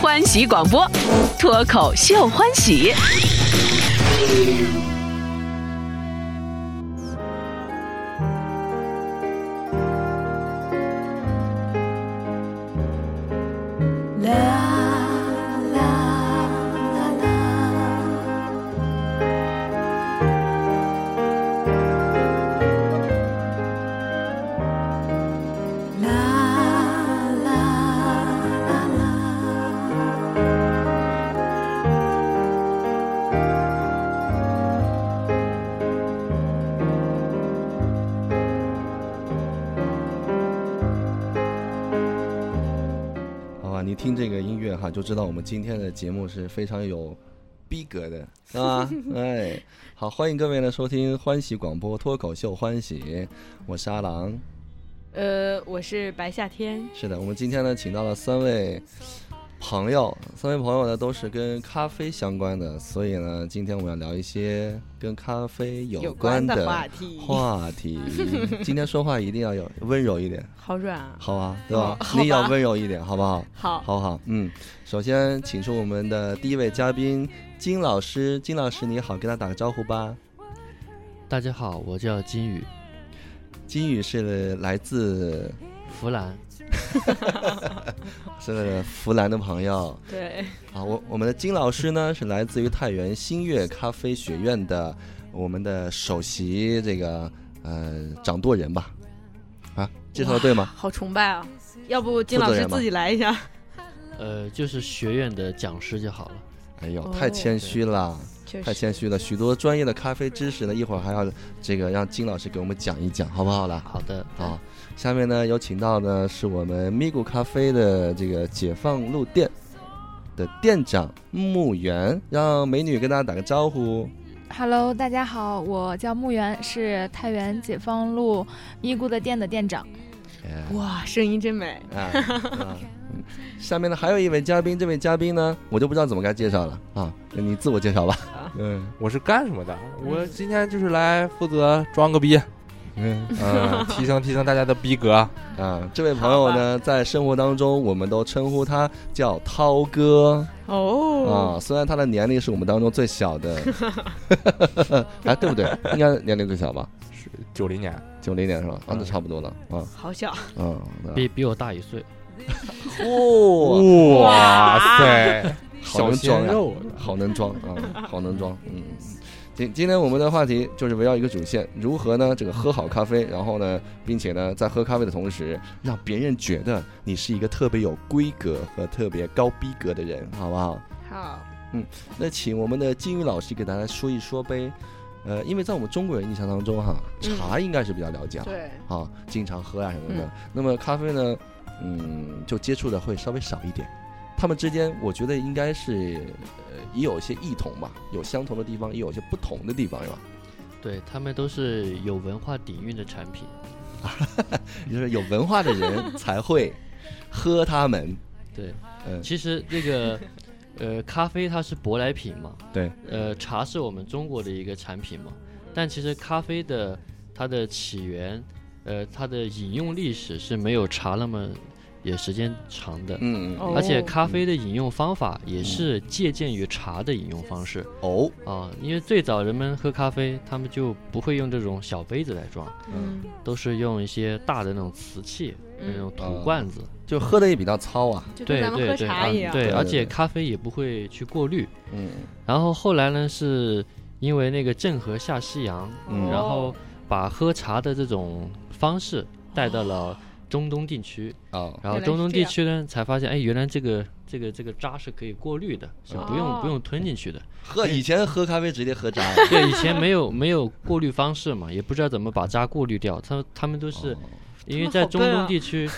欢喜广播，脱口秀欢喜。 La la la la. 好啊吧，你听这个音乐哈，就知道我们今天的节目是非常有逼格的，是吧？哎，好，欢迎各位呢收听欢喜广播脱口秀欢喜，我是阿郎。呃，我是白夏天，是的，我们今天呢请到了三位朋友，三位朋友呢都是跟咖啡相关的，所以呢今天我们要聊一些跟咖啡有关的的话题，话题。今天说话一定要有温柔一点，好软啊！好吧？对吧哦？好吧你也要温柔一点，好不好？ 好，好不好？嗯，首先请出我们的第一位嘉宾金老师，金老师你好，跟他打个招呼吧。大家好，我叫金宇，金宇是来自弗兰，是湖南的朋友对，啊，我我们的金老师呢是来自于太原新月咖啡学院的我们的首席这个呃掌舵人吧？啊，介绍的对吗？好崇拜啊！要不金老负责师人吧自己来一下？呃，就是学院的讲师就好了。哎呦，哦太谦虚了，确太实，谦虚了，许多专业的咖啡知识呢，一会儿还要这个让金老师给我们讲一讲，好不好啦？好的，好，下面呢有请到的是我们咪咕咖啡的这个解放路店的店长木原，让美女跟大家打个招呼。 Hello，大家好，我叫木原，是太原解放路咪咕的店的店长。哎哇，声音真美，啊，啊嗯下面呢还有一位嘉宾，这位嘉宾呢我就不知道怎么该介绍了啊，你自我介绍吧。嗯我是干什么的？我今天就是来负责装个逼，嗯嗯，提升提升大家的逼格。啊，这位朋友呢在生活当中我们都称呼他叫涛哥。哦，啊，虽然他的年龄是我们当中最小的，哎，对不对？应该年龄最小吧？九零年，九零年是吧？啊，那嗯差不多了啊好小，啊，那比比我大一岁，哦，哇哇塞，好小能装鲜呀，肉，好能装啊，好能装，嗯。今今天我们的话题就是围绕一个主线，如何呢？这个喝好咖啡，然后呢，并且呢，在喝咖啡的同时，让别人觉得你是一个特别有规格和特别高逼格的人，好不好？好，那请我们的金宇老师给大家说一说呗。呃，因为在我们中国人印象当中哈，嗯茶应该是比较了解啊，对，啊，经常喝啊什么的。嗯那么咖啡呢，嗯，就接触的会稍微少一点。他们之间，我觉得应该是呃也有一些异同吧，有相同的地方，也有一些不同的地方，是吧？对他们都是有文化底蕴的产品。就是有文化的 人才会喝他们。对，嗯，其实那 个，呃，咖啡它是舶来品嘛，对，呃，茶是我们中国的一个产品嘛，但其实咖啡的它的起源，呃，它的饮用历史是没有茶那么也时间长的。嗯嗯哦而且咖啡的饮用方法也是借鉴于茶的饮用方式，哦，啊，因为最早人们喝咖啡，他们就不会用这种小杯子来装，嗯都是用一些大的那种瓷器，那嗯，种土罐子。就喝的也比较糙啊。就跟哎对咱们喝对对，茶嗯一样，对对，对而对且咖啡也不会去过滤。嗯然后后来呢，是因为那个郑和下西洋，嗯然后哦把喝茶的这种方式带到了中东地区，哦然哦原来后中是东这地样区呢才发现，哎，原来这个这个这个渣是可以过滤的，是不用哦不用吞进去的。喝以前喝咖啡直接喝渣啊了。 对，以前没有没有过滤方式嘛，也不知道怎么把渣过滤掉。他他们都是、哦因为哦们在好中笨东啊 地区，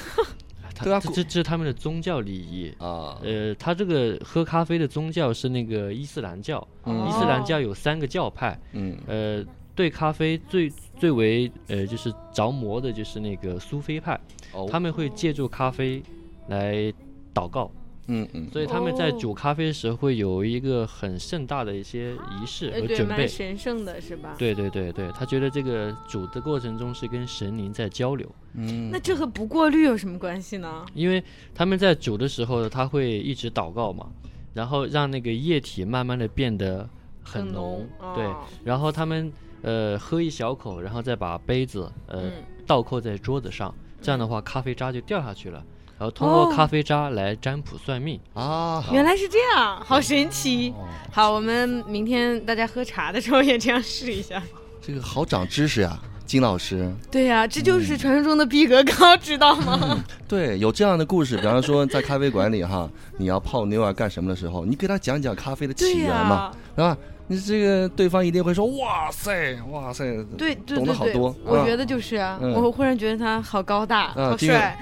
他对啊这古这这是他们的宗教礼仪。哦啊，呃，他这个喝咖啡的宗教是那个伊斯兰教，嗯伊斯兰哦教有三个教派。嗯呃，对咖啡最最为呃就是着魔的就是那个苏菲派，哦他们会借助咖啡来祷告。嗯嗯，所以他们在哦煮咖啡时会有一个很盛大的一些仪式呃和对，准备蛮。神圣的是吧？。对对对对，他觉得这个煮的过程中是跟神灵在交流，嗯那这和不过滤有什么关系呢？因为他们在煮的时候，他会一直祷告嘛，然后让那个液体慢慢的变得很浓，浓对哦，然后他们呃喝一小口，然后再把杯子呃、嗯倒扣在桌子上，这样的话咖啡渣就掉下去了，然后通过哦咖啡渣来占卜算命。啊，原来是这样，好神奇。哦好，我们明天大家喝茶的时候也这样试一 下。这个好长知识呀，金老师。对呀、这就是传说中的逼格高，知道 吗？对，有这样的故事，比方说在咖啡馆里哈， 你要泡妞啊干什么的时候，你给他讲讲咖啡的对起源呀、嘛，对吧？你这个对方一定会说哇塞哇塞，对对懂对得好对，多我啊觉得就是啊，嗯我忽然觉得他好高大，啊好这个帅，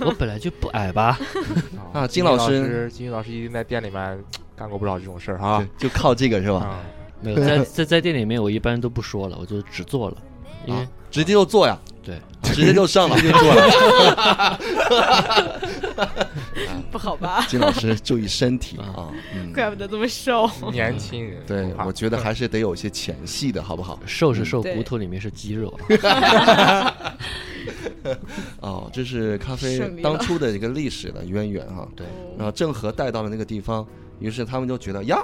我本来就不矮 吧，啊金金老师师，金宇老师一定在店里面干过不少这种事儿啊。就就靠这个是吧？啊，没有在在在店里面我一般都不说了，我就只做了，因为、啊直接就做呀，对，直接就上了，直接就做了。不好吧？ 金老师注意身体啊，嗯，怪不得这么瘦。年轻人，对不，怕我觉得还是得有些前戏的，好不好？瘦是瘦，嗯对骨头里面是 肌肉。哦，这是咖啡胜利了当初的一个历史的渊源哈。对，然后呃郑和带到了那个地方，于是他们就觉得呀，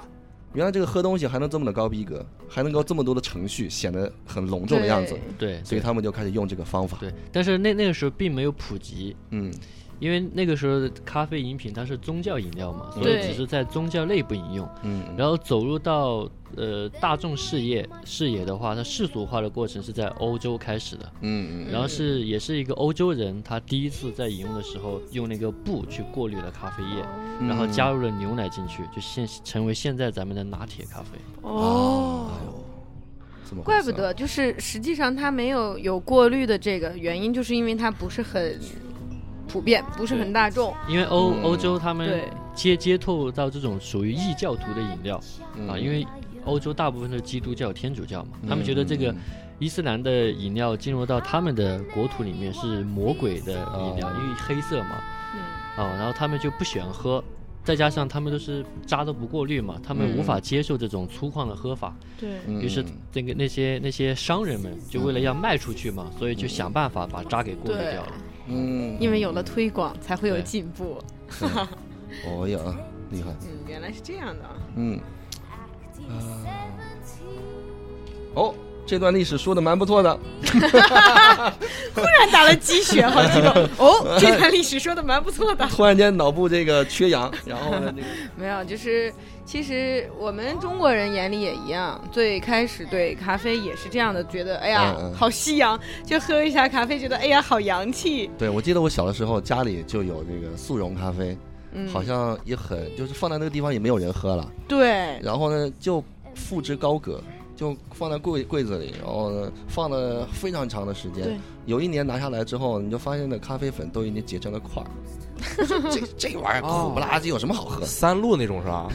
原来这个喝东西还能这么的高逼格，还能够这么多的程序，显得很隆重的样子对，对，所以对他们就开始用这个方法。对，但是那那个时候并没有普及，嗯，因为那个时候的咖啡饮品它是宗教饮料嘛，所以对只是在宗教内部饮用。嗯，然后走入到呃大众视野视野的话，它世俗化的过程是在欧洲开始的，嗯嗯然后是也是一个欧洲人，他第一次在饮用的时候用那个布去过滤了咖啡液，嗯然后加入了牛奶进去，就现成为现在咱们的拿铁咖啡。哦，哎呦，这么回事怪啊不得，就是实际上它没有有过滤的这个原因，就是因为它不是很普遍，不是很大众。因为欧、嗯欧洲他们对，接接透到这种属于异教徒的饮料啊，嗯因为欧洲大部分是基督教、天主教嘛，他们觉得这嗯个伊斯兰的饮料进入到他们的国土里面是魔鬼的饮料，哦因为黑色嘛，嗯，啊，然后他们就不喜欢喝，再加上他们都是渣都不过滤嘛，他们无法接受这种粗犷的喝法，对，嗯于是那个那些那些商人们就为了要卖出去嘛，所以就想办法把渣给过滤对掉了。嗯，因为有了推广，才会有对进步。哦呀，厉害，嗯，原来是这样的啊。嗯，嗯啊，哦，这段历史说的蛮不错的，突然打了鸡血，好激 动。哦，这段历史说的蛮不错的。突然间脑部这个缺氧，然后 呢，这个没有，就是其实我们中国人眼里也一样，最开始对咖啡也是这样的，觉得哎呀嗯嗯好西洋，就喝一下咖啡，觉得哎呀好洋气。对，我记得我小的时候家里就有这个速溶咖啡，嗯，好像也很就是放在那个地方也没有人喝了，对，然后呢就束之高阁，就放在柜柜子里，然后呢放了非常长的时对间。有一年拿下来之后，你就发现那咖啡粉都已经结成了 块儿。我说这这玩意儿苦不拉几，有什么好喝？三鹿那种是吧？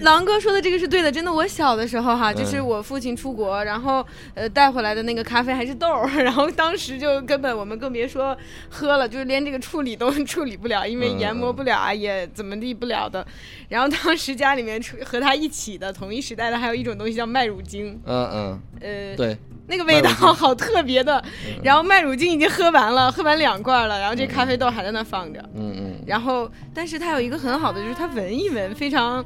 狼哥说的这个是对的，真的。我小的时候哈，嗯就是我父亲出国，然后呃带回来的那个咖啡还是豆儿，然后当时就根本我们更别说喝了，就是连这个处理都处理不了，因为嗯研磨不了啊，也怎么地不了的。然后当时家里面出和他一起的同一时代的还有一种东西叫麦乳精，嗯呃嗯，，对，那个味道麦乳精嗯好特别的。然后麦乳精已经喝完了，喝完两罐了，然后这咖啡豆还在那放着。嗯嗯，然后，但是它有一个很好的，就是它闻一闻非常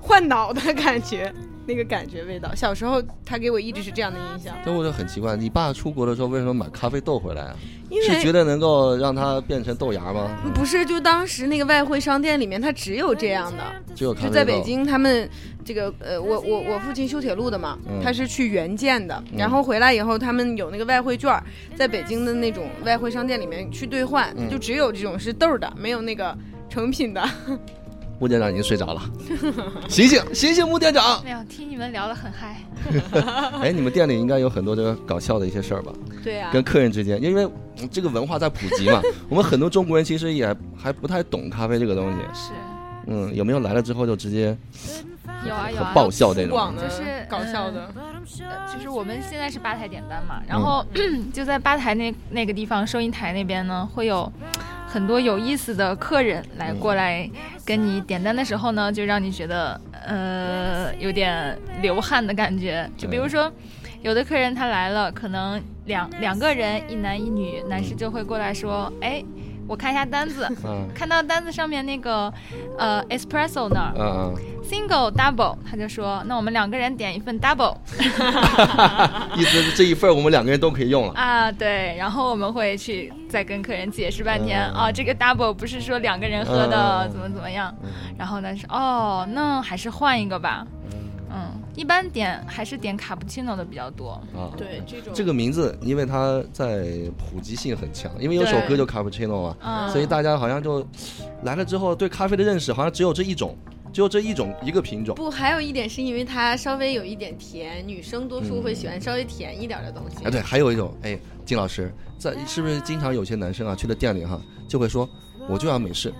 换脑的感觉，那个感觉味道。小时候它给我一直是这样的印象，但我就很奇怪，你爸出国的时候为什么买咖啡豆回来啊？因是觉为得能够让它变成豆芽吗？不是就当时那个外汇商店里面它只有这样的，只有咖啡就豆。在北京，他们这个呃，我我我父亲修铁路的嘛，嗯他是去援建的，然后回来以后，他们有那个外汇券儿，在北京的那种外汇商店里面去兑换，嗯就只有这种是豆儿的，没有那个成品 的。吴店长已经睡着了，醒醒醒醒，吴 店长！没有哎听你们聊得很嗨，哎，你们店里应该有很多这个搞笑的一些事儿吧？对啊，跟客人之间，因为嗯这个文化在普及嘛，我们很多中国人其实也还不太懂咖啡这个东西。是嗯，有没有来了之后就直接哎有啊有很啊，爆笑那种？广的、就是嗯嗯搞笑的，就是我们现在是 吧台点单嘛，然后、就在吧台那那个地方，收银台那边呢会有很多有意思的客人来过来跟你点单的时候呢，就让你觉得呃有点流汗的感觉。就比如说，有的客人他来了，可能两两个人，一男一女，男士就会过来说：“哎，我看一下单子，嗯看到单子上面那个呃 espresso 那儿嗯嗯， single double，他就说那我们两个人点一份 double 意思是这一份儿我们两个人都可以用了。啊，对，然后我们会去再跟客人解释半天、嗯啊，这个 double 不是说两个人喝的，嗯怎么怎么样，啊嗯然后呢是哦，那还是换一个吧，嗯，一般点还是点卡布奇诺的比较多，啊，对这种这个名字，因为它在普及性很强，因为有首歌对就 Cappuccino 嘛，嗯，所以大家好像就来了之后对咖啡的认识好像只有这一种，只有这一种一个品种。不，还有一点是因为它稍微有一点甜，女生多数会喜欢稍微甜一点的东西。啊，对，还有一种，嗯哎，金老师，在是不是经常有些男生啊去了店里哈，就会说我就要美式，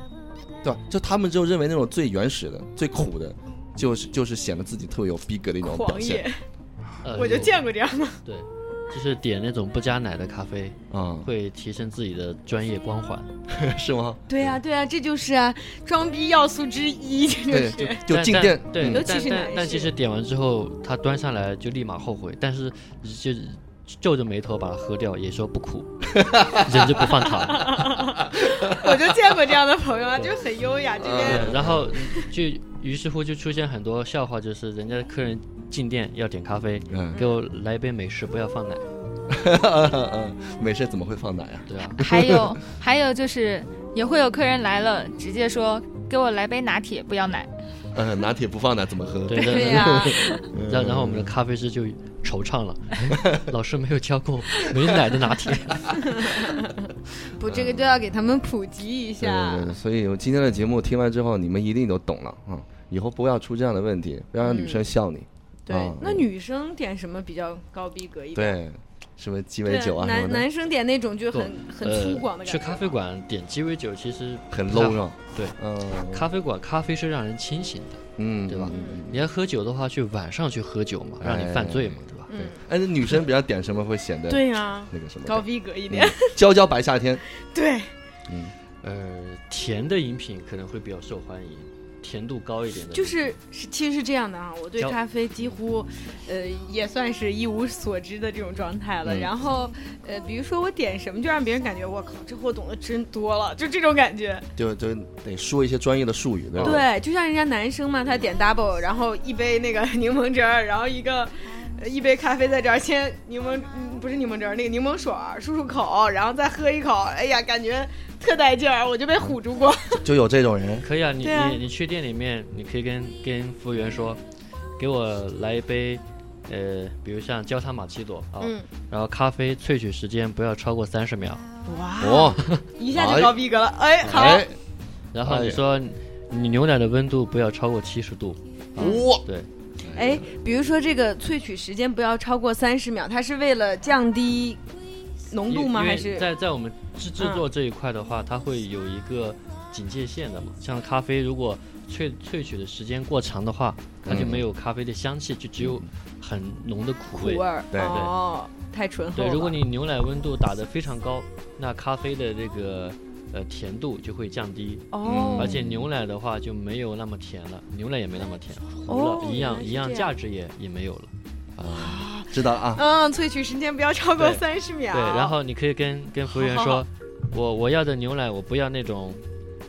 对吧？就他们就认为那种最原始的、最苦的，就是就是显得自己特别有逼格的一种 表狂现野，呃我就有见过这样的。对，就是点那种不加奶的咖啡，啊、会提升自己的专业光环。 是吗？对呀、对呀、这就是啊，装逼要素之一， 这就对，是。就就但进但店，对，嗯尤其但是但男但士其实点完之后，他端上来就立马后悔，但是就皱着眉头把它喝掉，也说 不苦，人就不放糖。我就见过这样的朋友啊，就很优雅。这边对，然后就于是乎就出现很多笑话，就是人家客人进店要点咖啡，嗯给我来一杯美式，不要放奶，嗯，美式怎么会放奶啊？对啊，还有还有就是也会有客人来了，直接说给我来杯拿铁，不要奶。呃，拿铁不放奶怎么喝？嗯对对然 呀、然然后我们的咖啡师就惆怅了， 老师没有教过没奶的拿铁。不，这个就要给他们普及一对下对。对，所以我今天的节目听完之后，你们一定都懂了啊、嗯以后不要出这样的问题，不要让女生笑你。嗯对啊那女生点什么比较高逼格一点？对，什么鸡对尾酒啊什么男的，男生点那种就很 很粗犷呃。的感觉。去咖啡馆点鸡尾酒，其实很不太 low 是吧？对，嗯咖啡馆咖啡是让人清醒的，嗯，对吧嗯你要喝酒的话，去晚上去喝酒嘛，让你犯罪嘛，对吧？嗯，哎，那女生比较点什么会显得对啊呀、那个什么高的？逼格一嗯 点。娇娇白夏天，对，嗯，呃，甜的饮品可能会比较受欢迎，甜度高一点的，就是是其实是这样的啊，我对交咖啡几乎，呃，也算是一无所知的这种状态了。嗯然后，呃，比如说我点什么，就让别人感觉我靠，这货懂得真多了， 就这种感觉。就就得说一些专业的术语，对吧？哦对，就像人家男生嘛，他 点 double，然后一杯那个柠檬汁儿，然后一个。呃一杯咖啡在这儿，先柠檬嗯不是柠檬汁儿，那个柠檬水儿漱漱口，然后再喝一口，哎呀，感觉特带劲儿，我就被唬住过。就有这种人，可以啊。你对啊你你去店里面，你可以跟跟服务员说，给我来一杯，呃，比如像焦糖玛奇朵啊，嗯，啊然后咖啡萃取时间不要超过三十秒，哇，哦，一下就高逼格了，哎，好，哎，然后哎你呀说你牛奶的温度不要超过七十度，啊哇，对，哎，比如说这个萃取时间不要超过三十秒，它是为了降低浓因度吗？因为还是嗯在在我们制制作这一块的话，它会有一个警戒线的嘛。像咖啡，如果萃萃取的时间过长的话，它就嗯没有咖啡的香气，就只有很浓的苦苦味。味儿？对对哦，太醇厚对，了。如果你牛奶温度打得非常高，那咖啡的这个呃甜度就会降低，哦，嗯而且牛奶的话就没有那么甜了，牛奶也没那么甜，糊了，哦一原来样是一样这价值也也没有了。知道了啊，嗯，萃取时间不要超过对三十秒。对，然后你可以跟跟服务员好说，我我要的牛奶，我不要那种，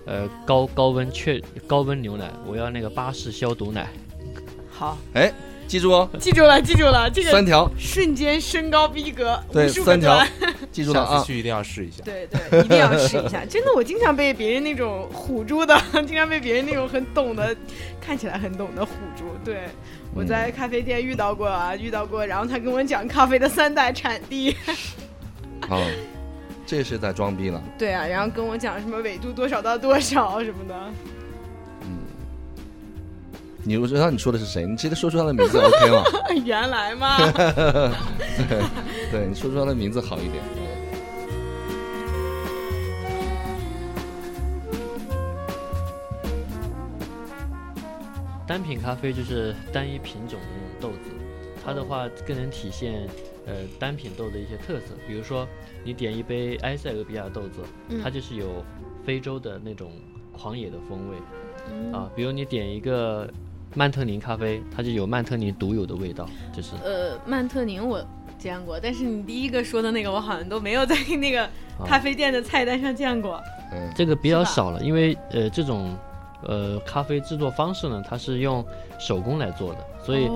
呃，高高温确高温牛奶，我要那个巴氏消毒奶。好，哎，记住哦，记住了，记住了，这三个条，瞬间升高逼格，对， 55三条分， 记住了下啊次，去一定要试一下。 对对，一定要试一下。真的，我经常被别人那种 唬住的，经常被别人那种很懂的，看起来很懂的唬住。对，我在咖啡店遇到过啊，遇到过，然后他跟我讲咖啡的三大产地，啊，这是在装逼了。对啊，然后跟我讲什么纬度多少到多少什么 的。你我知道你说的是谁，你直接说出他的名字 OK 吗？ 哎原来 嘛，对，你说出他的名字好一点。对单品咖啡就是单一品种的那种豆子，它的话更能体现呃单品豆的一些特色。比如说，你点一杯埃塞俄比亚豆子，它就是有非洲的那种狂野的风味，啊，比如你点一个曼特宁咖啡，它就有曼特宁独有的味道，就是呃，曼特宁我见过，但是你第一个说的那个，我好像都没有在那个咖啡店的菜单上见过。嗯这个比较是吧少了，因为呃这种呃咖啡制作方式呢，它是用手工来做的，所哦以、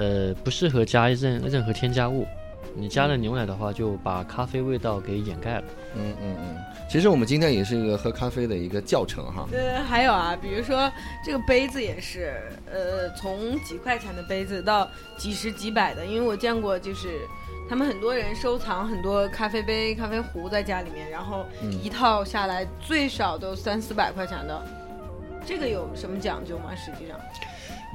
呃不适合加任任何添加物。你加了嗯牛奶的话，就把咖啡味道给掩盖了。嗯嗯嗯。其实我们今天也是一个喝咖啡的一个教程哈。呃，还有啊，比如说这个杯子也是，呃，从几块钱的杯子到几十几百的，因为我见过，就是他们很多人收藏很多咖啡杯、咖啡壶在家里面，然后嗯一套下来最少都三四百块钱的。这个有什么讲究吗？实际上，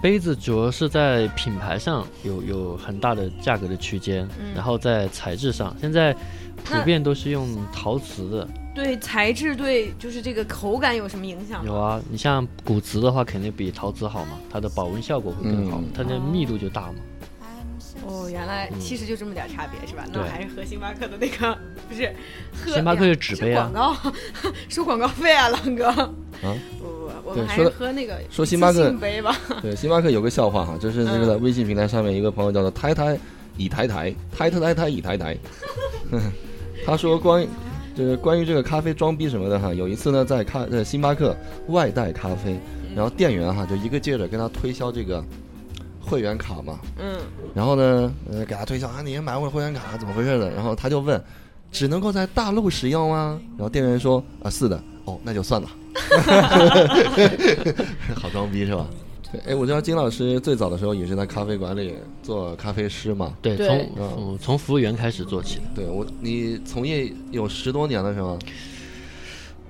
杯子主要是在品牌上有有很大的价格的区间，嗯然后在材质上，现在普那遍都是用陶瓷的。对材质、对就是这个口感有什么影响吗？有啊，你像骨瓷的话，肯定比陶瓷好嘛，它的保温效果会更好，嗯它的密度就大嘛。哦，原来其实就这么点差别是吧？那嗯对还是喝星巴克的那个不是，喝星巴克哎是呀纸这杯啊广告 收广告费啊，狼哥。啊，不不，我对们还说是到喝那个说星巴克自信杯吧。对，星巴克有个笑话哈，就是这个在微信平台上面一个朋友叫做台台以台台台台台台以台 台，他说关于就是关于这个咖啡装逼什么的哈，有一次呢在咖在星巴克外带咖啡，然后店员哈就一个接着跟他推销这个会员卡嘛，嗯，然后呢呃给他推销啊你也买我会员卡怎么回事呢？然后他就问只能够在大陆使用吗？然后店员说啊是的哦那就算了， 好装逼是吧？对，哎，我知道金老师最早的时候也是在咖啡馆里做咖啡师嘛。对，对从、嗯嗯从服务员开始做起的。对我，你从业有十多年了是吗？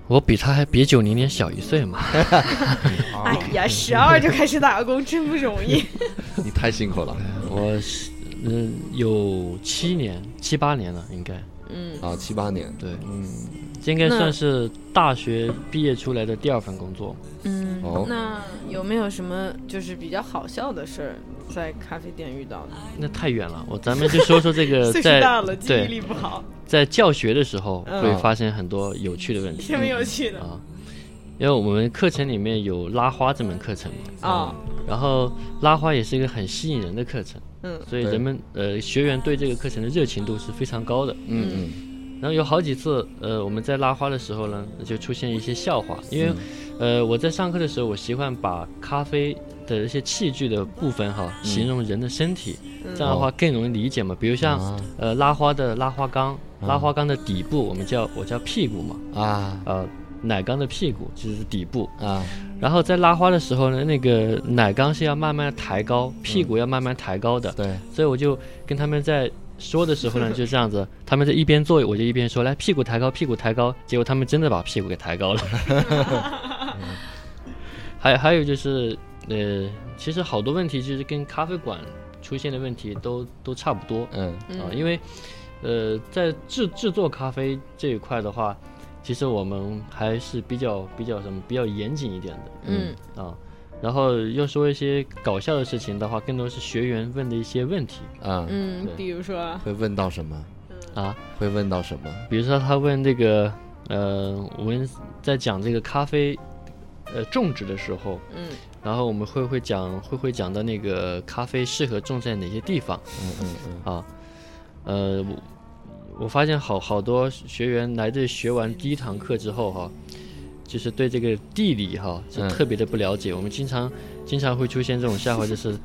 我比他还比九零年小一岁嘛。啊啊哎呀，十二就开始打工，真不容 易。你太辛苦了我是嗯有七年七八年了，应该嗯，啊，七八年。对，嗯，这应该那算是大学毕业出来的第二份工作。嗯哦那有没有什么就是比较好笑的事儿在咖啡店遇到的？那太远了，我咱们就说说这 个岁数呃在大了，记忆对力不好，在教学的时候嗯会发生很多有趣的问题什么有趣的啊，因为我们课程里面有拉花这门课程嘛，啊？然后拉花也是一个很吸引人的课程，嗯所以对人们呃学员对这个课程的热情度是非常高的。嗯嗯然后有好几次，呃，我们在拉花的时候呢，就出现一些笑话，嗯因为，呃，我在上课的时候，我习惯把咖啡的一些器具的部分哈，形容人的身体，嗯这样的话更容易理解嘛。比如像，啊呃，拉花的拉花缸，拉花缸的底部我们叫我叫屁股嘛，啊呃，奶缸的屁股其实是底部。啊，然后在拉花的时候呢，那个奶缸是要慢慢抬高，屁股要慢慢抬高的。对，所以我就跟他们在说的时候呢，就这样子，他们在一边做，我就一边说来屁股抬高，屁股抬高，结果他们真的把屁股给抬高了。还还有就是，呃，其实好多问题就是跟咖啡馆出现的问题都都差不多啊、嗯嗯因为呃，在制制作咖啡这一块的话，其实我们还是比较比较什么比较严谨一点的，嗯啊。然后要说一些搞笑的事情的话，更多是学员问的一些问题啊，嗯，对比如说，会问到什么？啊，会问到什么？比如说他问这个，呃，我们在讲这个咖啡，呃，种植的时候，嗯然后我们会会讲会会讲到那个咖啡适合种在哪些地方嗯嗯嗯，啊，呃，我我发现好好多学员来这学完第一堂课之后哈、就是对这个地理哈、是嗯特别的不了解，我们经常经常会出现这种笑话，就是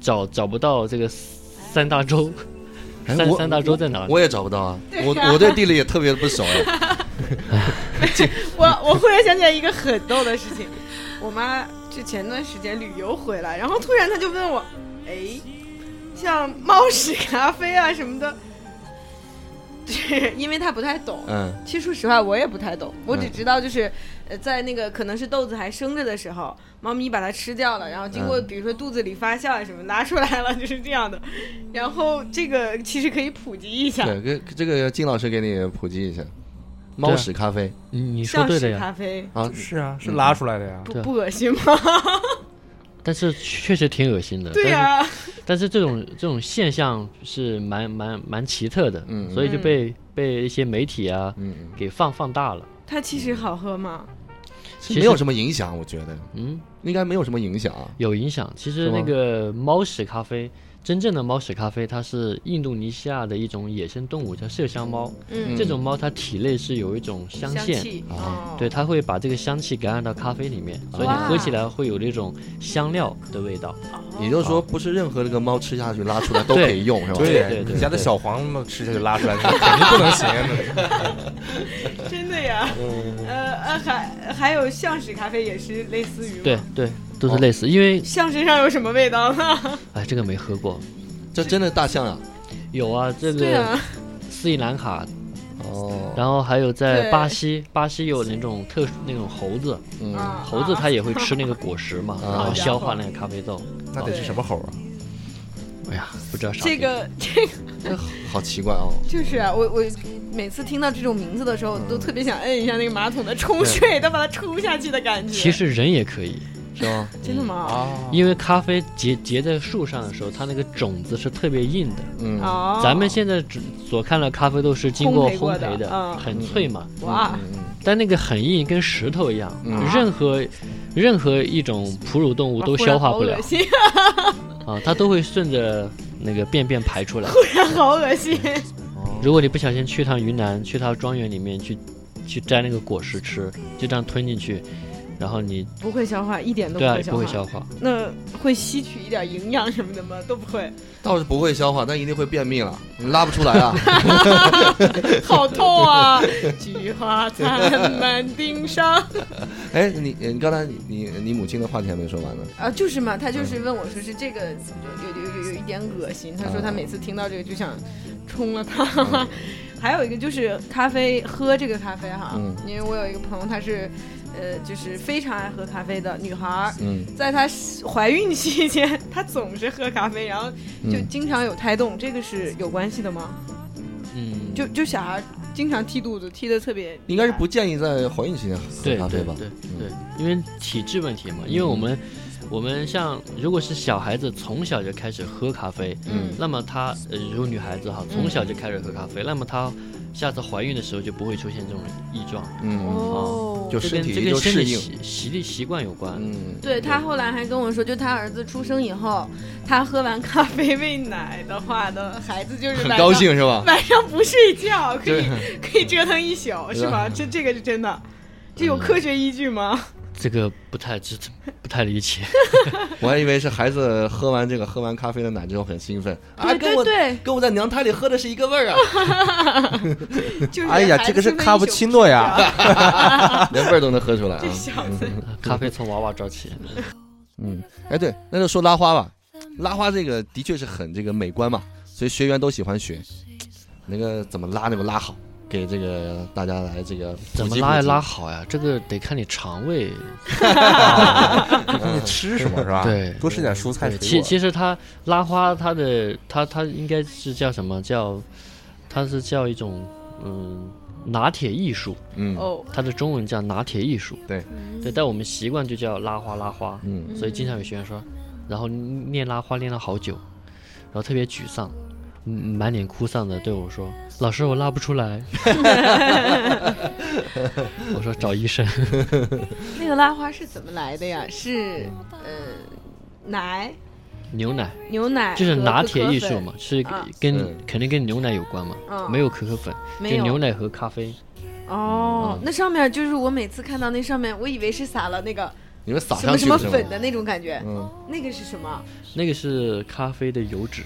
找找不到这个三大洲，哎三我三大洲在哪儿？我也找不到啊，我我对地理也特别不熟 哎。我我忽然想起来一个很逗的事情，我妈就前段时间旅游回来，然后突然她就问我，哎，像猫屎咖啡啊什么的，对，因为她不太懂。嗯其实说实话，我也不太懂，我只嗯知道就是，呃，在那个可能是豆子还生着的时候，猫咪把它吃掉了，然后经过嗯比如说肚子里发酵啊什么拿出来了，就是这样的。然后这个其实可以普及一下，对，跟这个金老师给你普及一下，猫屎咖啡你你说像对了屎呀，咖啡，啊，是啊，是拉出来的呀。不对不恶心吗？但是确实挺恶心的。对但是呀、但是这种这种现象是蛮蛮蛮奇特的，嗯嗯所以就被被一些媒体啊嗯嗯给放放大了。 它其实好喝吗？其实没有什么影响，我觉得嗯，应该没有什么影响。啊有影响。其实是吗那个猫屎咖啡，真正的猫屎咖啡，它是印度尼西亚的一种野生动物，叫麝香猫。嗯，这种猫它体内是有一种香香腺，气啊哦对，它会把这个香气感染到咖啡里面，所以你哇喝起来会有那种香料的味道。也就是说，不是任何这个猫吃下去拉出来都可以用，是吧？哦对对对你家的小黄嘛吃下去拉出来，肯定不能行。啊那真的呀，呃呃，还还有象屎咖啡也是类似于吗对对，都是类似，因为象身上有什么味道呢？哎，这个没喝过。这真的大象啊！有啊，这对个啊，斯里兰卡，哦，然后还有在对巴西，巴西有那种特殊那种猴子，嗯，啊猴子它也会吃那个果实嘛，啊然后消化那个咖啡豆。那得是什么猴啊？哎呀，不知道 啥这味道个这个好奇怪哦。就是啊我我每次听到这种名字的时候，我都特别想摁一下那个马桶的冲水，它把它冲下去的感觉。其实人也可以，是吗？真的吗？啊，因为咖啡结结在树上的时候，它那个种子是特别硬的。嗯，哦，啊咱们现在只所看的咖啡豆是经过烘焙过烘的焙的，嗯很脆嘛，哇，嗯但那个很硬，跟石头一样，嗯任何任何一种哺乳动物都消化不了忽然好恶心， 啊，它都会顺着那个便便排出来。忽然好恶心。如果你不小心去趟云南，去它庄园里面去去摘那个果实吃，就这样吞进去，然后你不会消化，一点都对啊不化。会消化，那会吸取一点营养什么的吗？都不会，倒是不会消化，但一定会便秘了，你拉不出来 啊。好痛啊！菊花残满腚上。哎，你你刚才你你你母亲的话题还没说完呢。啊，就是嘛，他就是问我说是这个有有有有一点恶心，他说他每次听到这个就想冲了他。还有一个就是咖啡，喝这个咖啡哈，嗯因为我有一个朋友，她是呃就是非常爱喝咖啡的女孩儿，嗯在她怀孕期间，她总是喝咖啡，然后就嗯经常有胎动，这个是有关系的吗？嗯，就就小孩儿经常踢肚子，踢的特别，应该是不建议在怀孕期间喝对咖啡对吧？嗯对对，因为体质问题嘛，因为我们。我们像，如果是小孩子从小就开始喝咖啡，嗯那么她呃，如果女孩子嗯哈，从小就开始喝咖啡，那么她下次怀孕的时候就不会出现这种异状，嗯，哦就这身跟体这也就跟生适理应。习习习惯有关。嗯，对他后来还跟我说，就他儿子出生以后，他喝完咖啡喂奶的话呢，孩子就是很晚上高，兴是吧？ 晚上不睡觉，可以 可以折腾一宿，是吧？这这个是真的，这有科学依据吗？这个不太知，不太 理解。我还以为是孩子喝完这个喝完咖啡的奶之后很兴奋啊，对跟我对对跟我在娘胎里喝的是一个味儿啊， 就是哎呀孩，子这个是喂一宿卡布奇诺呀。连味儿都能喝出来啊这。小子，咖啡从娃娃找起。嗯，哎对，那就说拉花吧，拉花这个的确是很这个美观嘛，所以学员都喜欢学。那个怎么拉能够拉好，给这个大家来这个普及怎么拉也普及拉好呀，这个得看你肠胃。你吃什么是 吧？对多吃点蔬菜对，水其果。其实它拉花，它的它它应该是叫什么叫？它是叫一种嗯拿铁艺术，嗯哦，它的中文叫拿铁艺术。对嗯对，但我们习惯就叫拉花拉花，嗯所以经常有学员说，然后练拉花练了好久，然后特别沮丧。嗯满脸哭丧的对我说：“老师，我拉不出来。” 我说：“找医生。” 那个拉花是怎么来的呀？是呃奶、牛奶牛奶就是和拿可铁可艺术粉嘛，是啊跟、嗯肯定跟牛奶有关嘛，嗯没有可可粉，没就有牛奶和咖啡。哦，那上面就是我每次看到那上面，我以为是撒了那个你们撒什上么去什么是吗粉的那种感觉，嗯那个是什么？那个是咖啡的油脂，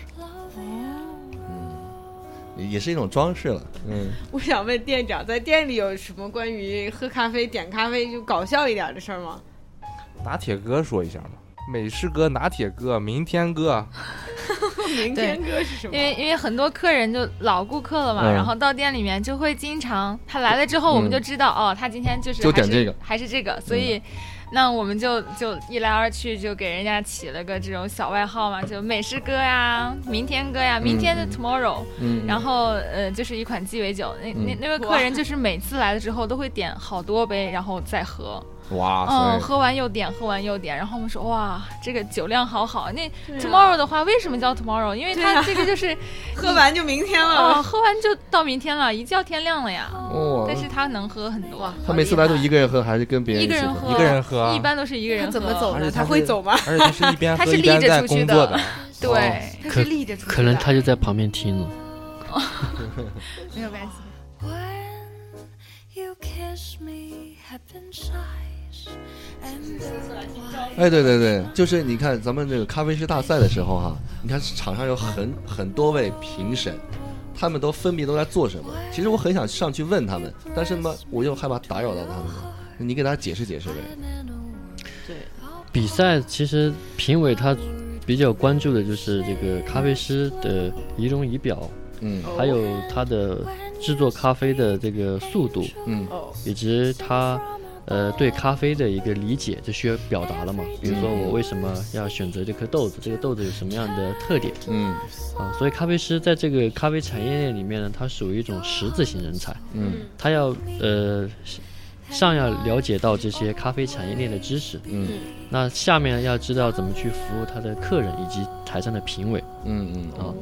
也是一种装饰了。嗯，我想问店长，在店里有什么关于喝咖啡、点咖啡就搞笑一点的事儿吗？拿铁哥说一下嘛，美式哥、拿铁哥、明天哥， 明天哥是什么因？为因为很多客人就老顾客了嘛，嗯然后到店里面就会经常他来了之后，我们嗯就知道、哦，他今天就是就还点是这个嗯还是这个，所以。那我们就就一来二去就给人家起了个这种小外号嘛，就美式哥呀，明天哥呀，明天的 tomorrow，、嗯然后呃就是一款鸡尾酒，那那那位客人就是每次来了之后都会点好多杯，然后再喝，哇塞，嗯，喝完又点，喝完又点，然后我们说哇，这个酒量好好。那对啊 tomorrow 的话，为什么叫 tomorrow？因为对它啊这个就是喝完就明天哦，了，喝完就到明天了，一觉天亮了呀。哇但是他能喝很多，他啊每次来都一个人喝，还是跟别人一一个起人喝？喝，一个人喝，一般都是一个人他喝。怎么走而且呢？他他是会走吗？而且他是一 边他喝是一立边着在出去工的作的，对，哦他是立着出去的可能他就在旁边听了。没有关系。 When you kiss me, heaven sighs, and the wine 哎，对对对，就是你看咱们这个咖啡师大赛的时候哈、你看场上有很很多位评审，他们都分别都在做什么。其实我很想上去问他们，但是呢，我又害怕打扰到他们。你给大家解释解释呗。 in a world 比赛其实评委他比较关注的就是这个咖啡师的仪容仪表，嗯还有他的制作咖啡的这个速度，嗯哦，以及他呃对咖啡的一个理解，这需要表达了嘛？比如说嗯我为什么要选择这颗豆子，这个豆子有什么样的特点嗯啊？所以咖啡师在这个咖啡产业链里面呢，他属于一种十字型人才，嗯他要呃上要了解到这些咖啡产业链的知识，嗯那下面要知道怎么去服务他的客人以及台上的评委。嗯嗯啊。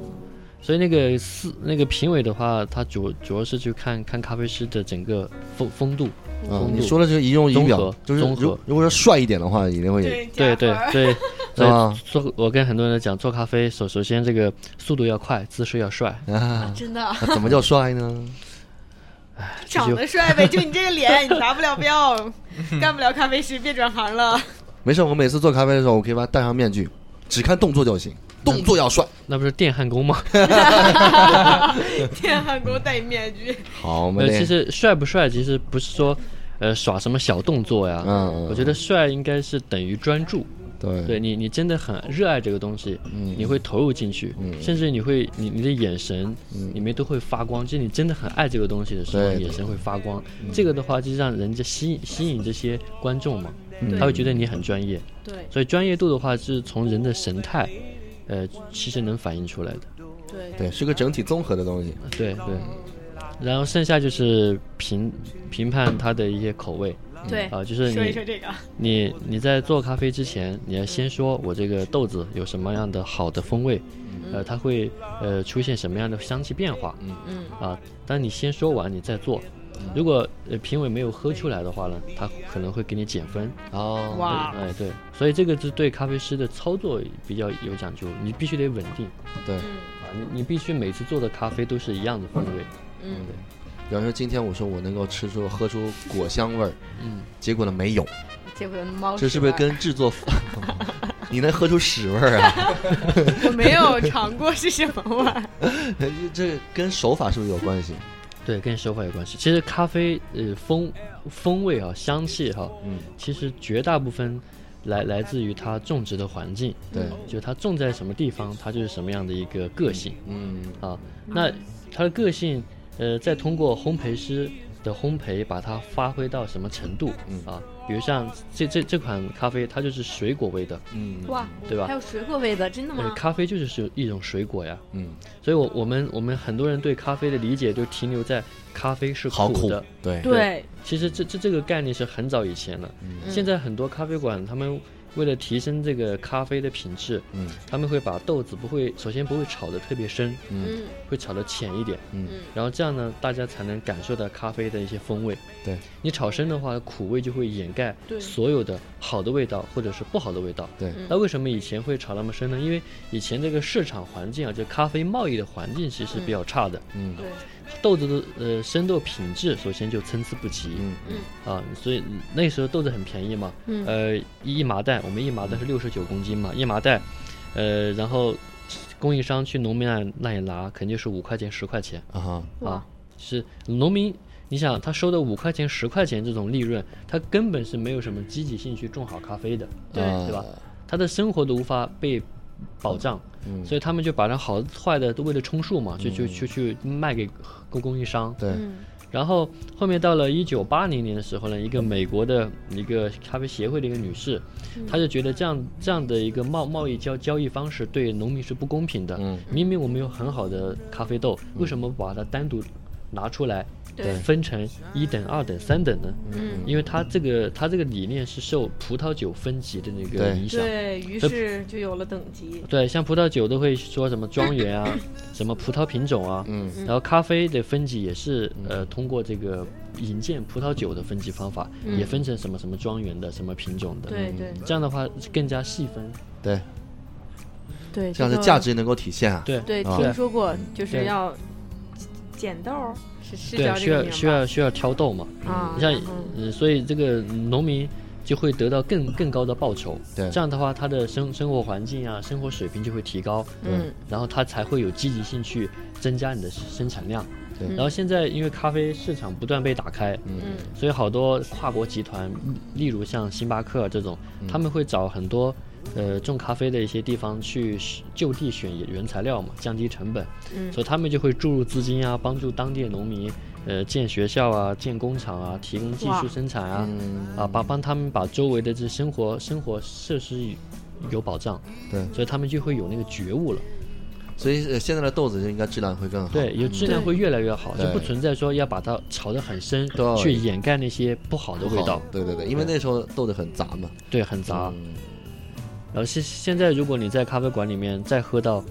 所以那个四那个评委的话，他主主要是去看看咖啡师的整个风风度，啊风！度你说的这个仪容仪嗯综表合，就是综合如如果说帅一点的话，一定会对加对分对儿 对，是吧？做我跟很多人讲，做咖啡首首先这个速度要快，姿势要帅，啊，真的那怎么叫帅呢？这长就得帅呗，就你这个脸，你达不了标，干不了咖啡师，别转行了。没事，我每次做咖啡的时候，我可以把它戴上面具，只看动作就行，动作要帅。那不是电焊工吗？天汉给我戴面具，好嘛呃，嘞其，实帅不帅，其实不是说呃耍什么小动作呀，嗯，我觉得得帅应该是等于专注，对对你你真的很热爱这个东西，嗯你会投入进去，嗯甚至你会你你的眼神里面都会发光，就是你真的很爱这个东西的时候，对嗯眼神会发光。这个的话就让人家吸引吸引这些观众嘛，嗯他会觉得你很专业。对所以专业度的话是从人的神态，呃，其实能反映出来的。对对，是个整体综合的东西。对对。然后剩下就是评评判它的一些口味嗯对啊、就是说一你说这个，你你在做咖啡之前，你要先说我这个豆子有什么样的好的风味，呃，它会呃出现什么样的香气变化嗯，啊？当你先说完，你再做。如果呃评委没有喝出来的话呢，他可能会给你减分。哦，哇，哎，对，所以这个是对咖啡师的操作比较有讲究，你必须得稳定嗯对，啊，你你必须每次做的咖啡都是一样的风味。嗯，哎比方说今天我说我能够吃出喝出果香味儿，嗯，结果呢没有， 结果猫这是不是跟制作？你能喝出屎味儿啊？ 我没有尝过是什么味儿？这跟手法是不是有关系？对，跟手法有关系。其实咖啡呃风风味啊，香气哈、嗯，其实绝大部分来来自于它种植的环境，对，就它种在什么地方，它就是什么样的一个个性嗯啊。那它的个性，呃，再通过烘焙师的烘焙把它发挥到什么程度嗯啊？比如像这这这款咖啡，它就是水果味的，嗯哇，对吧？有水果味的，真的呃，咖啡就是是一种水果呀，嗯，所以我我们我们很多人对咖啡的理解就停留在咖啡是好苦苦的，，对，对，其实这这这个概念是很早以前了，嗯现在很多咖啡馆他们为了提升这个咖啡的品质，嗯他们会把豆子不会首先不会炒得特别深，嗯嗯会炒得浅一点，嗯然后这样呢大家才能感受到咖啡的一些风味。对，你炒深的话，苦味就会掩盖对嗯所有的好的味道或者是不好的味道。对那为什么以前会炒那么深呢？因为以前这个市场环境啊，就咖啡贸易的环境其实比较差的，嗯对，豆子的呃生豆品质首先就参差不齐。嗯啊，所以那时候豆子很便宜嘛，嗯呃，一麻袋，我们一麻袋是六十九公斤嘛，一麻袋，呃，然后供应商去农民那那里拿，肯定是五块钱、十块钱啊哈，啊，是农民，你想他收的五块钱、十块钱这种利润，他根本是没有什么积极性去种好咖啡的，对啊对吧？他的生活都无法被保障，嗯所以他们就把那好的坏的都为了充数嘛，就就就去卖给供供应商，对，然后后面到了一九八零年的时候呢，一个美国的一个咖啡协会的一个女士，嗯她就觉得这样这样的一个贸贸易交交易方式对农民是不公平的。嗯明明我们有很好的咖啡豆，为什么把它单独拿出来，对分成一等、二等、三等的，嗯，因为它这个它这个理念是受葡萄酒分级的那个对影响。对于是就有了等级，对，像葡萄酒都会说什么庄 园啊，什么葡萄品种啊，嗯然后咖啡的分级也是呃通过这个引荐葡萄酒的分级方法，嗯也分成什么什么庄园的什么品种的，对对这样的话更加细分。对，对，这样的个价值能够体现啊。对对，啊听说过就是对要捡豆儿，是是对叫，这需个要名需吧要需要挑豆嘛，啊，你像然后嗯，所以这个农民就会得到更更高的报酬。对这样的话，他的生生活环境啊，生活水平就会提高，嗯然后他才会有积极性去增加你的生产量。对然后现在因为咖啡市场不断被打开，嗯所以好多跨国集团，例如像星巴克这种，他们会找很多。呃，种咖啡的一些地方去就地选原材料嘛，降低成本，嗯所以他们就会注入资金啊，帮助当地的农民，呃，建学校啊，建工厂啊，提供技哇术生产啊，嗯，啊，帮帮他们把周围的这生活生活设施有保障，对所以他们就会有那个觉悟了，所以呃现在的豆子就应该质量会更好。对，有质量会越来越好，就对不存在说要把它炒得很深对，去掩盖那些不好的不味好道，对对对，因为那时候豆子很杂嘛。对，很杂。嗯然后现现在如果你在咖啡馆里面再喝到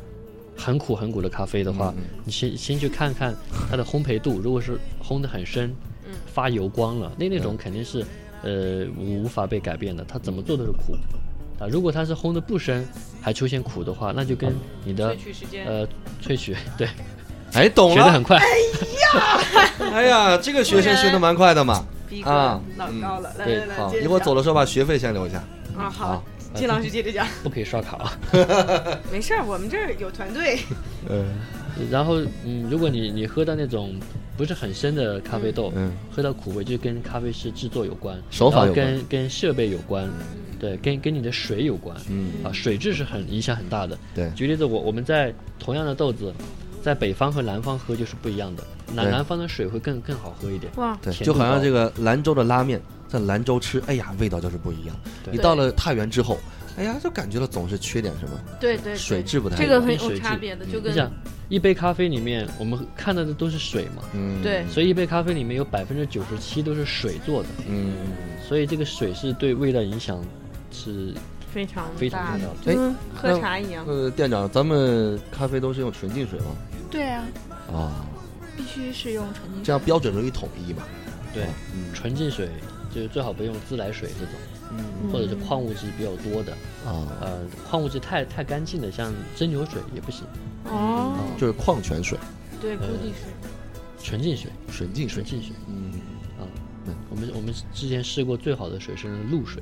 很苦很苦的咖啡的话，嗯你先先去看看它的烘焙度，如果是烘得很深，嗯发油光了，那那嗯种肯定是呃无无法被改变的，它怎么做都是苦。啊，如果它是烘的不深，还出现苦的话，那就嗯跟你的萃取时间呃萃取对哎，懂学得了很。快， 哎呀，这个学生学的蛮快的嘛。逼格啊老嗯高了，来对来来，好，接着一会儿讲走的时候把学费先留下。啊，好好，金老师接着讲，不可以刷卡啊。没事儿，我们这儿有团队，嗯然后嗯，如果你你喝到那种不是很深的咖啡豆，嗯，喝到苦味就跟咖啡师制作有关，手法然后有关跟跟设备有关，对，跟跟你的水有关，嗯啊，水质是很影响很大的。对举例子，我我们在同样的豆子，在北方和南方喝就是不一样的，南对南方的水会更更好喝一点，哇，对，甜就度好像高这个兰州的拉面，在兰州吃，哎呀，味道就是不一样。对你到了太原之后，哎呀，就感觉到总是缺点什么，对对，对水质不太这个一样很有水质差别的，就你跟想，一杯咖啡里面我们看到的都是水嘛，嗯，对，所以一杯咖啡里面有百分之九十七都是水做的，嗯，所以这个水是对味道影响是非常非常大重的，要的。哎就跟那喝茶一样，呃，店长，咱们咖啡都是用纯净水吗？对啊，啊，必须是用纯净水。这样标准容易统一嘛？对，嗯纯净水就是最好不用自来水这种，嗯或者是矿物质比较多的，啊，呃，矿物质太太干净的，像蒸馏水也不行，哦，就是矿泉水、呃对，估计是纯净水，纯净水纯。净水。嗯，啊嗯，我们我们之前试过最好的水是露水，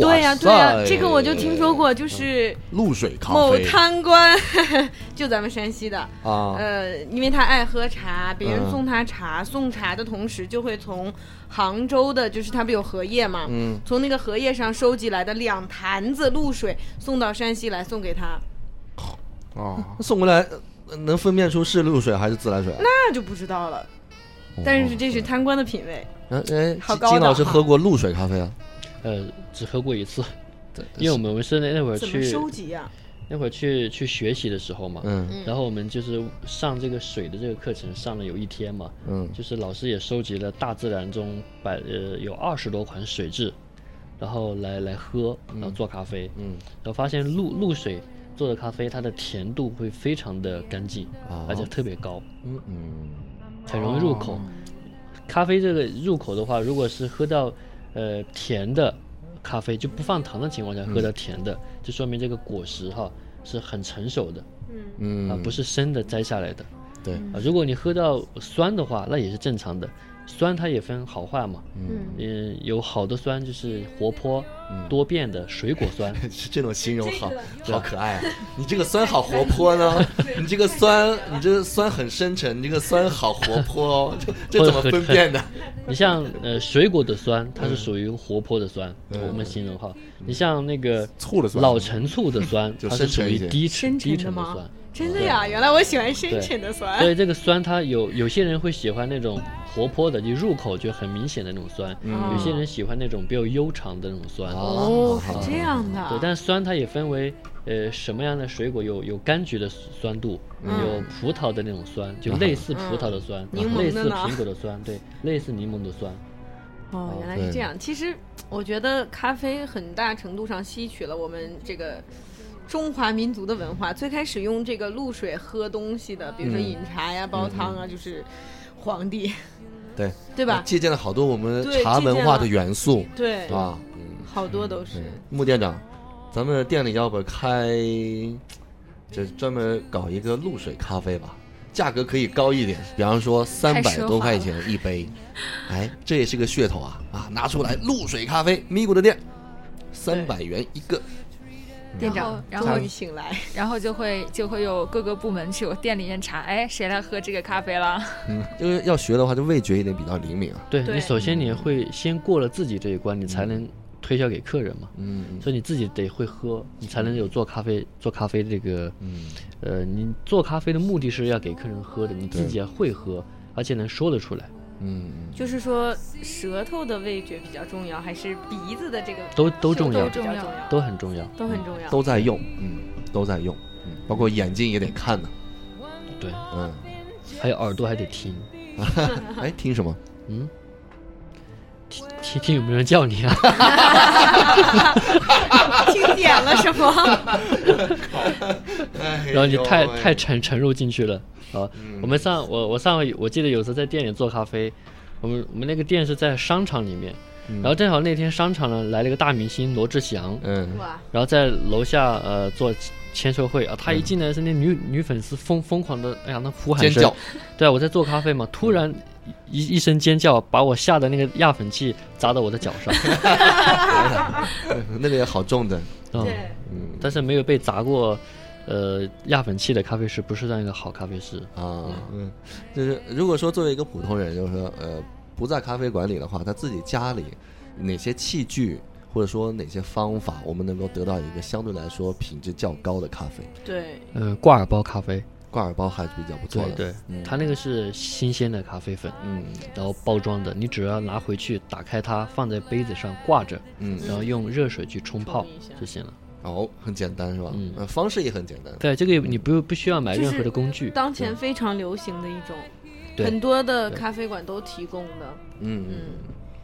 哇对呀对呀，塞这个我就听说嗯过，就是露水咖某啡贪官， 就咱们山西的，啊，呃，因为他爱喝茶，别人嗯送他茶，送茶的同时就会从杭州的，就是他不有荷叶嘛，嗯，从那个荷叶上收集来的两坛子露水送到山西来送给他，哦，送过来呃能分辨出是露水还是自来水啊？那就不知道了。哦但是这是贪官的品味，哎哎，好金高金老档师哈喝过露水咖啡啊？呃，只喝过一次，对，因为我们我们是那那会儿怎么去收集啊呀、那会儿去去学习的时候嘛，嗯然后我们就是上这个水的这个课程上了有一天嘛，嗯就是老师也收集了大自然中百呃有二十多款水质，然后来来喝，然后做咖啡，嗯，然后发现露露水做的咖啡，它的甜度会非常的干净，啊而且特别高，嗯嗯，很容易入口。咖啡这个入口的话，如果是喝到呃甜的咖啡就不放糖的情况下喝嗯到甜的，就说明这个果实哈是很成熟的嗯啊，不是生的摘下来的对，啊。如果你喝到酸的话，那也是正常的。酸它也分好坏嘛，嗯嗯，有好的酸就是活泼、多变的水果 酸，是这种形容好好可爱 啊！你这个酸好活泼呢，你这个酸，你这个酸很深沉，你这个酸好活泼 哦，这这怎么分辨的？你像呃水果的酸，它嗯是属于活泼的酸，我们形容哈。你像那个醋的酸老陈醋的酸， 就它深是属沉一于些低深沉沉低的沉的吗酸。真的呀，原来我喜欢深对沉的酸所，以这个酸，它有有些人会喜欢那种活泼的，就入口就很明显的那种酸；嗯有些人喜欢那种比较悠长的那种酸。啊哦，是这样的，对，但是酸它也分为呃，什么样的水果有有柑橘的酸度，嗯有葡萄的那种酸，就类似葡萄的酸，嗯柠檬类的似呢苹果的酸，对，类似柠檬的酸。哦，原来是这样。其实我觉得咖啡很大程度上吸取了我们这个中华民族的文化。最开始用这个露水喝东西的，比如说嗯饮茶呀、煲汤嗯啊，就是皇帝， 对对啊吧？借鉴了好多我们对茶文化的借元素对，啊。嗯，好多都是对。穆店长，咱们店里要不开，这专门搞一个露水咖啡吧，价格可以高一点，比方说三太百奢华多块钱一杯，哎，这也是个噱头啊啊！拿出来露水咖啡，咪咕的店，三百元一个，店然后长然后终于醒来，然后就会就会有各个部门去我店里面查，哎，谁来喝这个咖啡了？嗯，因为要学的话，就味觉一定比较灵敏啊，对对你首先你会先过了自己这一关，你才能推销给客人嘛。嗯所以你自己得会喝，你才能有做咖啡做咖啡这个，嗯，呃，你做咖啡的目的是要给客人喝的，你自己要会喝，而且能说得出来，嗯 就是说舌头的味觉比较重要，还是鼻子的这个都都重要都，重要都很重要。都很重要。都在用，嗯，都在用，嗯，包括眼睛也得看呢，对，嗯，还有耳朵还得听，哎，听什么？嗯，听听听有没有人叫你啊？听点了什 么？啊然后你太哎太沉沉入进去了嗯啊！我们上我我上回我记得有时候在店里做咖啡，我们我们那个店是在商场里面，然后正好那天商场呢来了个大明星罗志祥，嗯哇，然后在楼下呃做签售会啊，他一进来是那女、女粉丝疯疯狂的，哎呀那呼喊嗯尖声叫，，嗯对啊，我在做咖啡嘛，突然一一声尖叫，把我吓得那个压粉器砸到我的脚上， 那个也好重的，嗯，对，嗯但是没有被砸过，呃压粉器的咖啡师不是算一个好咖啡师，啊，嗯，就是如果说作为一个普通人，就是说呃不在咖啡馆里的话，他自己家里哪些器具或者说哪些方法，我们能够得到一个相对来说品质较高的咖啡，对，呃挂耳包咖啡，挂耳包还是比较不错对的。对，嗯它那个是新鲜的咖啡粉，嗯然后包装的，你只要拿回去打开它，放在杯子上挂着，嗯，然后用热水去冲泡冲一下就行了。哦，很简单是吧？嗯呃方式也很简单。对，这个你不不需要买就是任何的工具。当前非常流行的一种，对很多的对咖啡馆都提供的。嗯嗯嗯。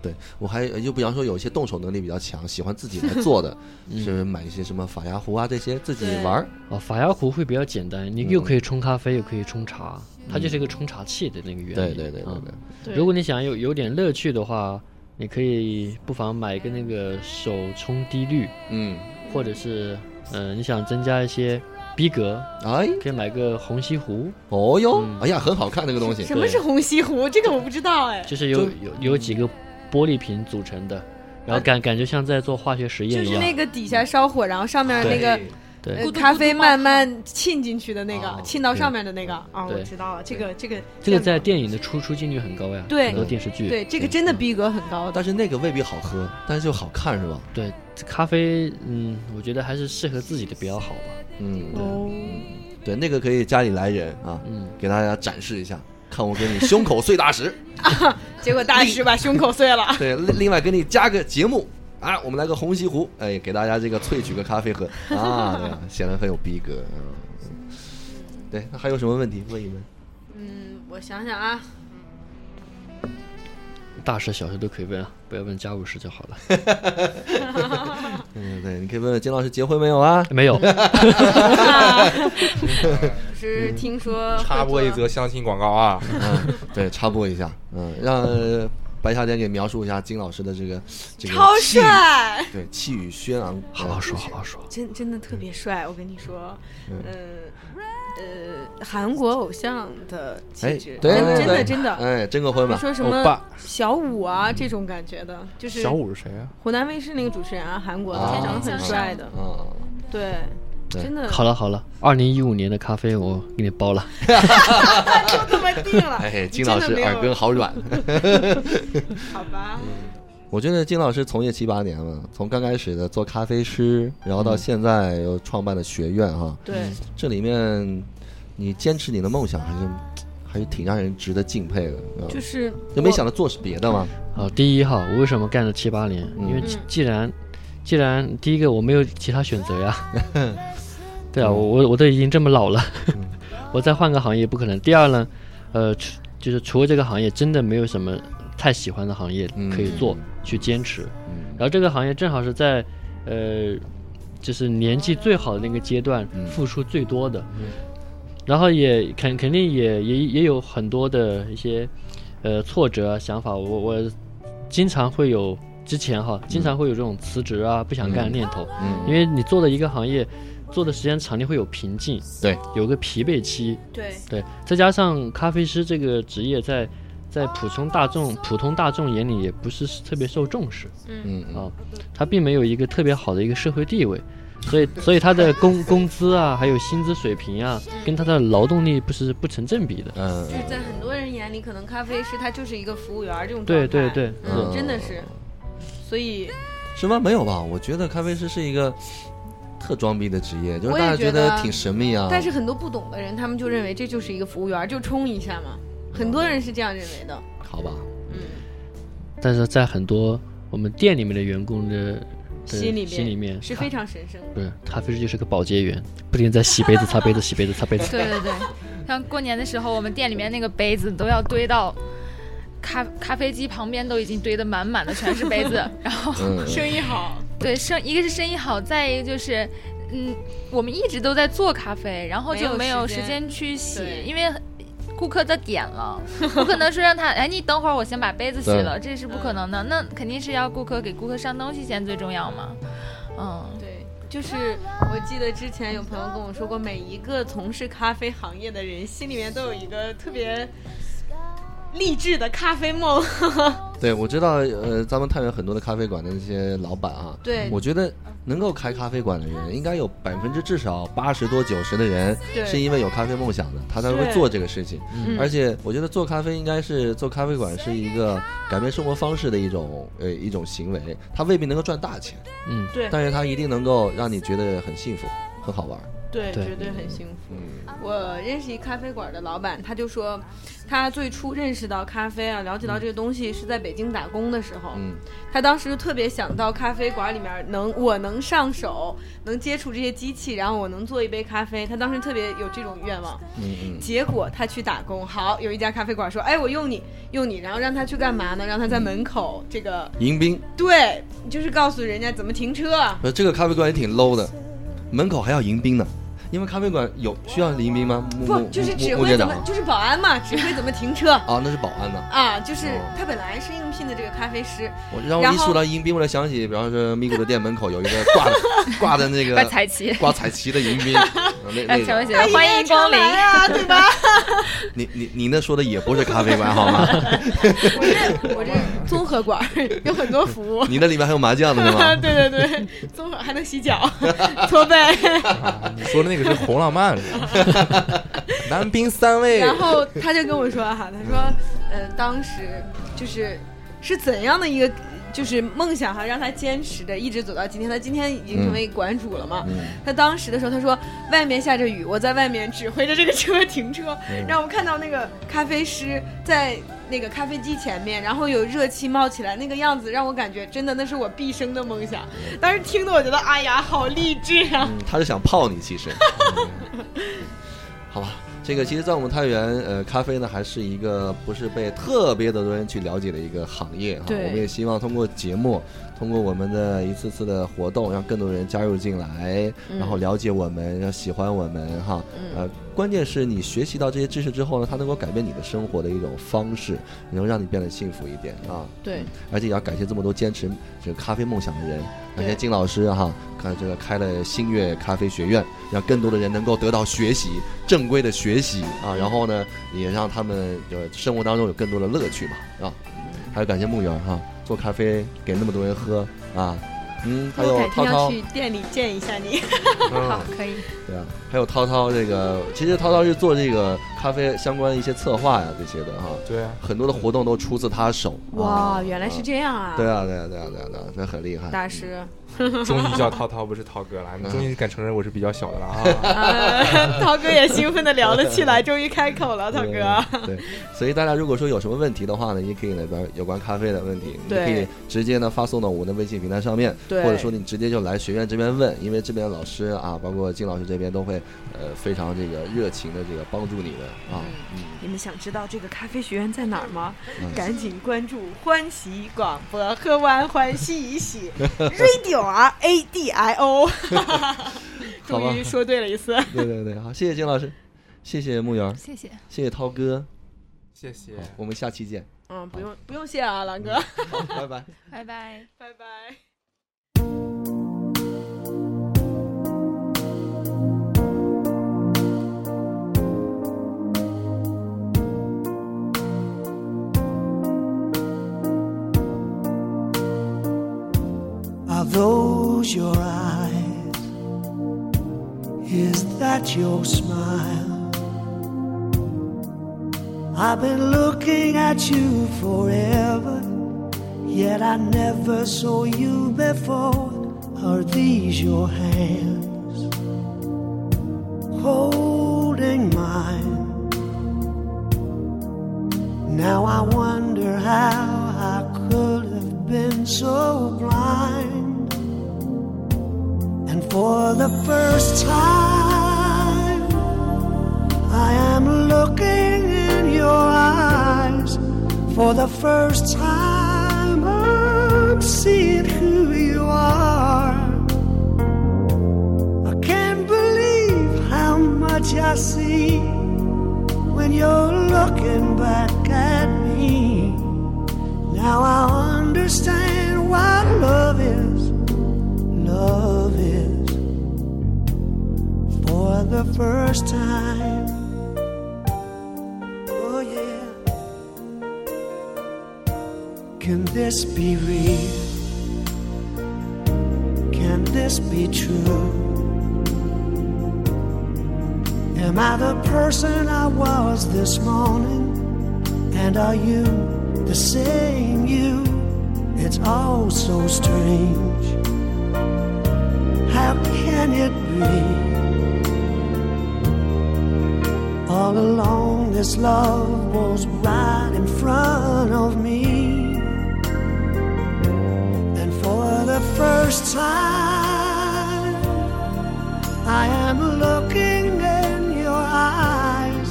对，我还呃就比方说，有一些动手能力比较强，喜欢自己来做 的，是买一些什么法压壶啊这些自己对玩儿。嗯哦，法压壶会比较简单，你嗯又可以冲咖啡，又可以冲茶，它就是一个冲茶器的那个原理。对对对对嗯对，对如果你想有有点乐趣的话，你可以不妨买一个那个手冲滴滤，嗯，或者是嗯、呃你想增加一些逼格，哎，可以买个虹吸壶。哦哟，嗯哎呀，很好看那个东西。什么是虹吸壶？这个我不知道哎，就是有就有有几个玻璃瓶组成的，然后感感觉像在做化学实嗯就验一是那样。个底下烧火，然后上面那个对呃咖啡慢慢沁进去的那哦个，沁到上面的那个啊，对我知道了，这个这个这个在电影的出出镜率很高呀，对很多电视剧。对这个真的逼格很高的啊但。是那个未必好喝，但是就好看是吧？对这咖啡，嗯，我觉得还是适合自己的比较好吧。嗯，哦，对，那个可以家里来人啊，嗯，给大家展示一下，看我给你胸口碎大 石。，结果大师把胸口碎了对，另另外给你加个节目啊，我们来个红西湖，哎，给大家这个萃取个咖啡喝啊，对啊显得很有逼格。嗯对，那还有什么问题问一问？嗯，我想想啊，大事小事都可以问啊，不要问家务事就好了。 嗯，对，你可以问问金老师结婚没有啊？没有，不是听说会嗯插播一做则相亲广告啊！嗯，对，插播一下，嗯，让呃白小姐给描述一下金老师的这个这个超气宇，帅，对，气宇轩昂，好好说，好好说。真真的特别帅，我跟你说，嗯呃，韩国偶像的哎，气质，对嗯对真真对的真的。哎，征个婚吧，说什欧么巴小五啊这种感觉的，就是 嗯小五是谁啊？湖南卫视那个主持人啊，韩国的，啊长得很帅的，啊，对，对真的嗯好了好了，二零一五年的咖啡我给你包了。就这么定了。哎，金真的老师没有耳根好软。 嗯好吧，我觉得金老师从业七八年了，从刚开始的做咖啡师，然嗯后到现在又创办了学院哈，对，这里面你坚持你的梦想还是还是挺让人值得敬佩的。啊就是就没我想着做别的吗？啊，第一哈，我为什么干了七八年？嗯 因为既既然既然第一个我没有其他选择呀，对嗯啊，我我我都已经这么老了， 我再换个行业不可能。第二呢，呃，除就是除了这个行业，真的没有什么太喜欢的行业嗯可以做、去坚持。嗯然后这个行业正好是在，呃，就是年纪最好的那个阶段嗯付出最多的，然后也肯肯定也也也有很多的一些，呃，挫折啊想法。我我经常会有之前哈，经常会有这种辞职啊、不想干的嗯念头，嗯因为你做的一个行业，做的时间长，你会有瓶颈，对，有个疲惫期，对，对，再加上咖啡师这个职业在在普通大众普通大众眼里也不是特别受重视。嗯嗯啊，他并没有一个特别好的一个社会 地位，所以所以他的工工资啊，还有薪资水平啊，跟他的劳动力不是不成正比的。嗯就是在很多人眼里，可能咖啡师他就是一个服务员儿这种对状态对对嗯，嗯真的是，所以是吗？没有吧？我觉得咖啡师是一个特装逼的职业，就是我也大家觉得得挺神秘啊。但是很多不懂的人，他们就认为这就是一个服务员儿，就冲一下嘛。很多人是这样认为的，好吧，嗯，但是在很多我们店里面的员工的的心里面心里面是咖非常神圣的。不是咖啡师就是个保洁员，不停地在洗杯子、擦杯子、洗杯子、擦杯子。对对对，像过年的时候，我们店里面那个杯子都要堆到咖咖啡机旁边，都已经堆得满满的，全是 杯子。然后嗯，生意好，对生一个是生意好，再一个就是，嗯，我们一直都在做咖啡，然后就没没有有时时间间去洗对，因为。顾客的点 了，不可能说让他哎，你等会儿我先把杯子洗对了，这是不可能的。嗯那肯定是要顾客给顾客上东西先最重要嘛。嗯，对，就是我记得之前有朋友跟我说过，每一个从事咖啡行业的人心里面都有一个特别励志的咖啡梦。对，我知道，呃，咱们太原很多的咖啡馆的那些老板啊，对我觉得能够开咖啡馆的人，应该有百分之至少八十多九十的人对是因为有咖啡梦想的，他才会对做这个事情。嗯而且我觉得做咖啡应该是做咖啡馆是一个改变生活方式的一种呃一种行为，它未必能够赚大钱，嗯，对但是它一定能够让你觉得很幸福，很好玩。 对，对绝对很幸福。嗯我认识一咖啡馆的老板，他就说，他最初认识到咖啡啊，了解到这个东西是在北京打工的时候，嗯他当时就特别想到咖啡馆里面能我能上手，能接触这些机器，然后我能做一杯咖啡。他当时特别有这种愿望。嗯嗯，结果他去打工，好，有一家咖啡馆说，哎，我用你，用你，然后让他去干嘛呢？让他在门口这个，迎宾，对，就是告诉人家怎么停车。呃，这个咖啡馆也挺 low 的，门口还要迎宾呢。因为咖啡馆有需要迎宾吗？木不木，就是木指木挥店怎长么，就是保安嘛，指挥怎么停车啊，那是保安呢。啊。就是他本来是应聘的这个咖啡师，我让我然一后说到迎宾，我就想起，比方说咪咕的店门口有一个挂的 挂的 那怪 个彩旗，挂彩旗的迎宾，啊那哎 那小薇种姐欢迎光临。啊，对吧？你你你那说的也不是咖啡馆好吗？我这我这综合馆儿有很多服务。你那里面还有麻将的 呢吗？对对对，综合还能洗脚、搓背，啊你说的那个是红浪漫，是吧 男宾三 位，然后他就跟我说哈、他说，呃，当时就是是怎样的一个就是梦想哈、让他坚持着一直走到今天。他今天已经成为嗯馆主了嘛？他当时的时候，他说外面下着雨，我在外面指挥着这个车 停车，让我看到那个咖啡师在那个咖啡机前面，然后有热气冒起来，那个样子让我感觉真的那是我毕生的梦想。当时听的我觉得，哎呀，好励志啊！嗯他是想泡你，其实。嗯好吧，这个其实，在我们太原，呃，咖啡呢还是一个不是被特别的多人去了解的一个行业哈。对我们也希望通过节目，通过我们的一次次的活动，让更多人加入进来，嗯然后了解我们，让喜欢我们哈。呃，关键是你学习到这些知识之后呢，它能够改变你的生活的一种方式，能让你变得幸福一点啊。对，而且也要感谢这么多坚持这个咖啡梦想的人，感谢对金老师哈、看这个开了星月咖啡学院，让更多的人能够得到学习，正规的学习啊，嗯然后呢，也让他们呃生活当中有更多的乐趣嘛啊，嗯还有感谢木园哈、做咖啡给那么多人喝啊，嗯，还我有改涛天要涛去店里见一下你。好嗯，，可以。对啊，还有涛涛这个，其实涛涛是做这个咖啡相关的一些策划呀、这些的哈、对啊，很多的活动都出自他手啊哇，原嗯来是这样啊！对啊，对啊，对啊，对啊，对啊，那很厉害。大师，终于叫涛涛不是涛哥了，你终于敢承认我是比较小的了啊！ 啊 涛哥也兴奋的聊了起 来，终于开口了，涛哥。啊对，对所以大家如果说有什么问题的话呢，也可以来边有关咖啡的问题，你对可以直接呢发送到我们的微信平台上面，对，或者说你直接就来学院这边问，因为这边老师啊，包括金老师这边都会呃非常这个热情的这个帮助你的啊。嗯，你们想知道这个咖啡学院在哪儿吗？嗯赶紧关注欢喜广播，喝完欢喜一 喜，radio r a d i o， 好吧终于说对了一次。对对对，好，谢谢金老师，谢谢木园，谢谢。谢谢涛哥，谢谢好，我们下期见，嗯，不用不用谢啊，狼哥，好，拜拜。拜拜。拜拜。 Are those your eyes? Is that your smile? I've been looking at you forever, yet I never saw you before. Are these your hands holding mine? Now I wonder how I could have been so blind. And for the first time, I am looking in your eyes. For the first time, I'm seeing who you are. I can't believe how much I see when you're looking back at me. Now I understand what love is. Love is for the first time. Oh, yeah. Can this be real? Can this be true? Am I the person I was this morning? And are you the same you? It's all so strange. How can it be? All along, this love was right in front of me. And for the first time, I am looking in your eyes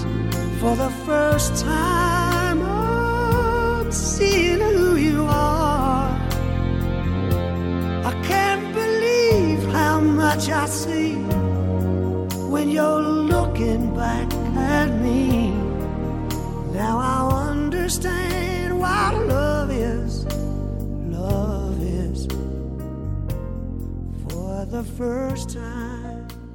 for the first time. I'm seeing who you are. I can't believe how much I see when you're looking back at me. Now I understand what love is. Love is for the first time.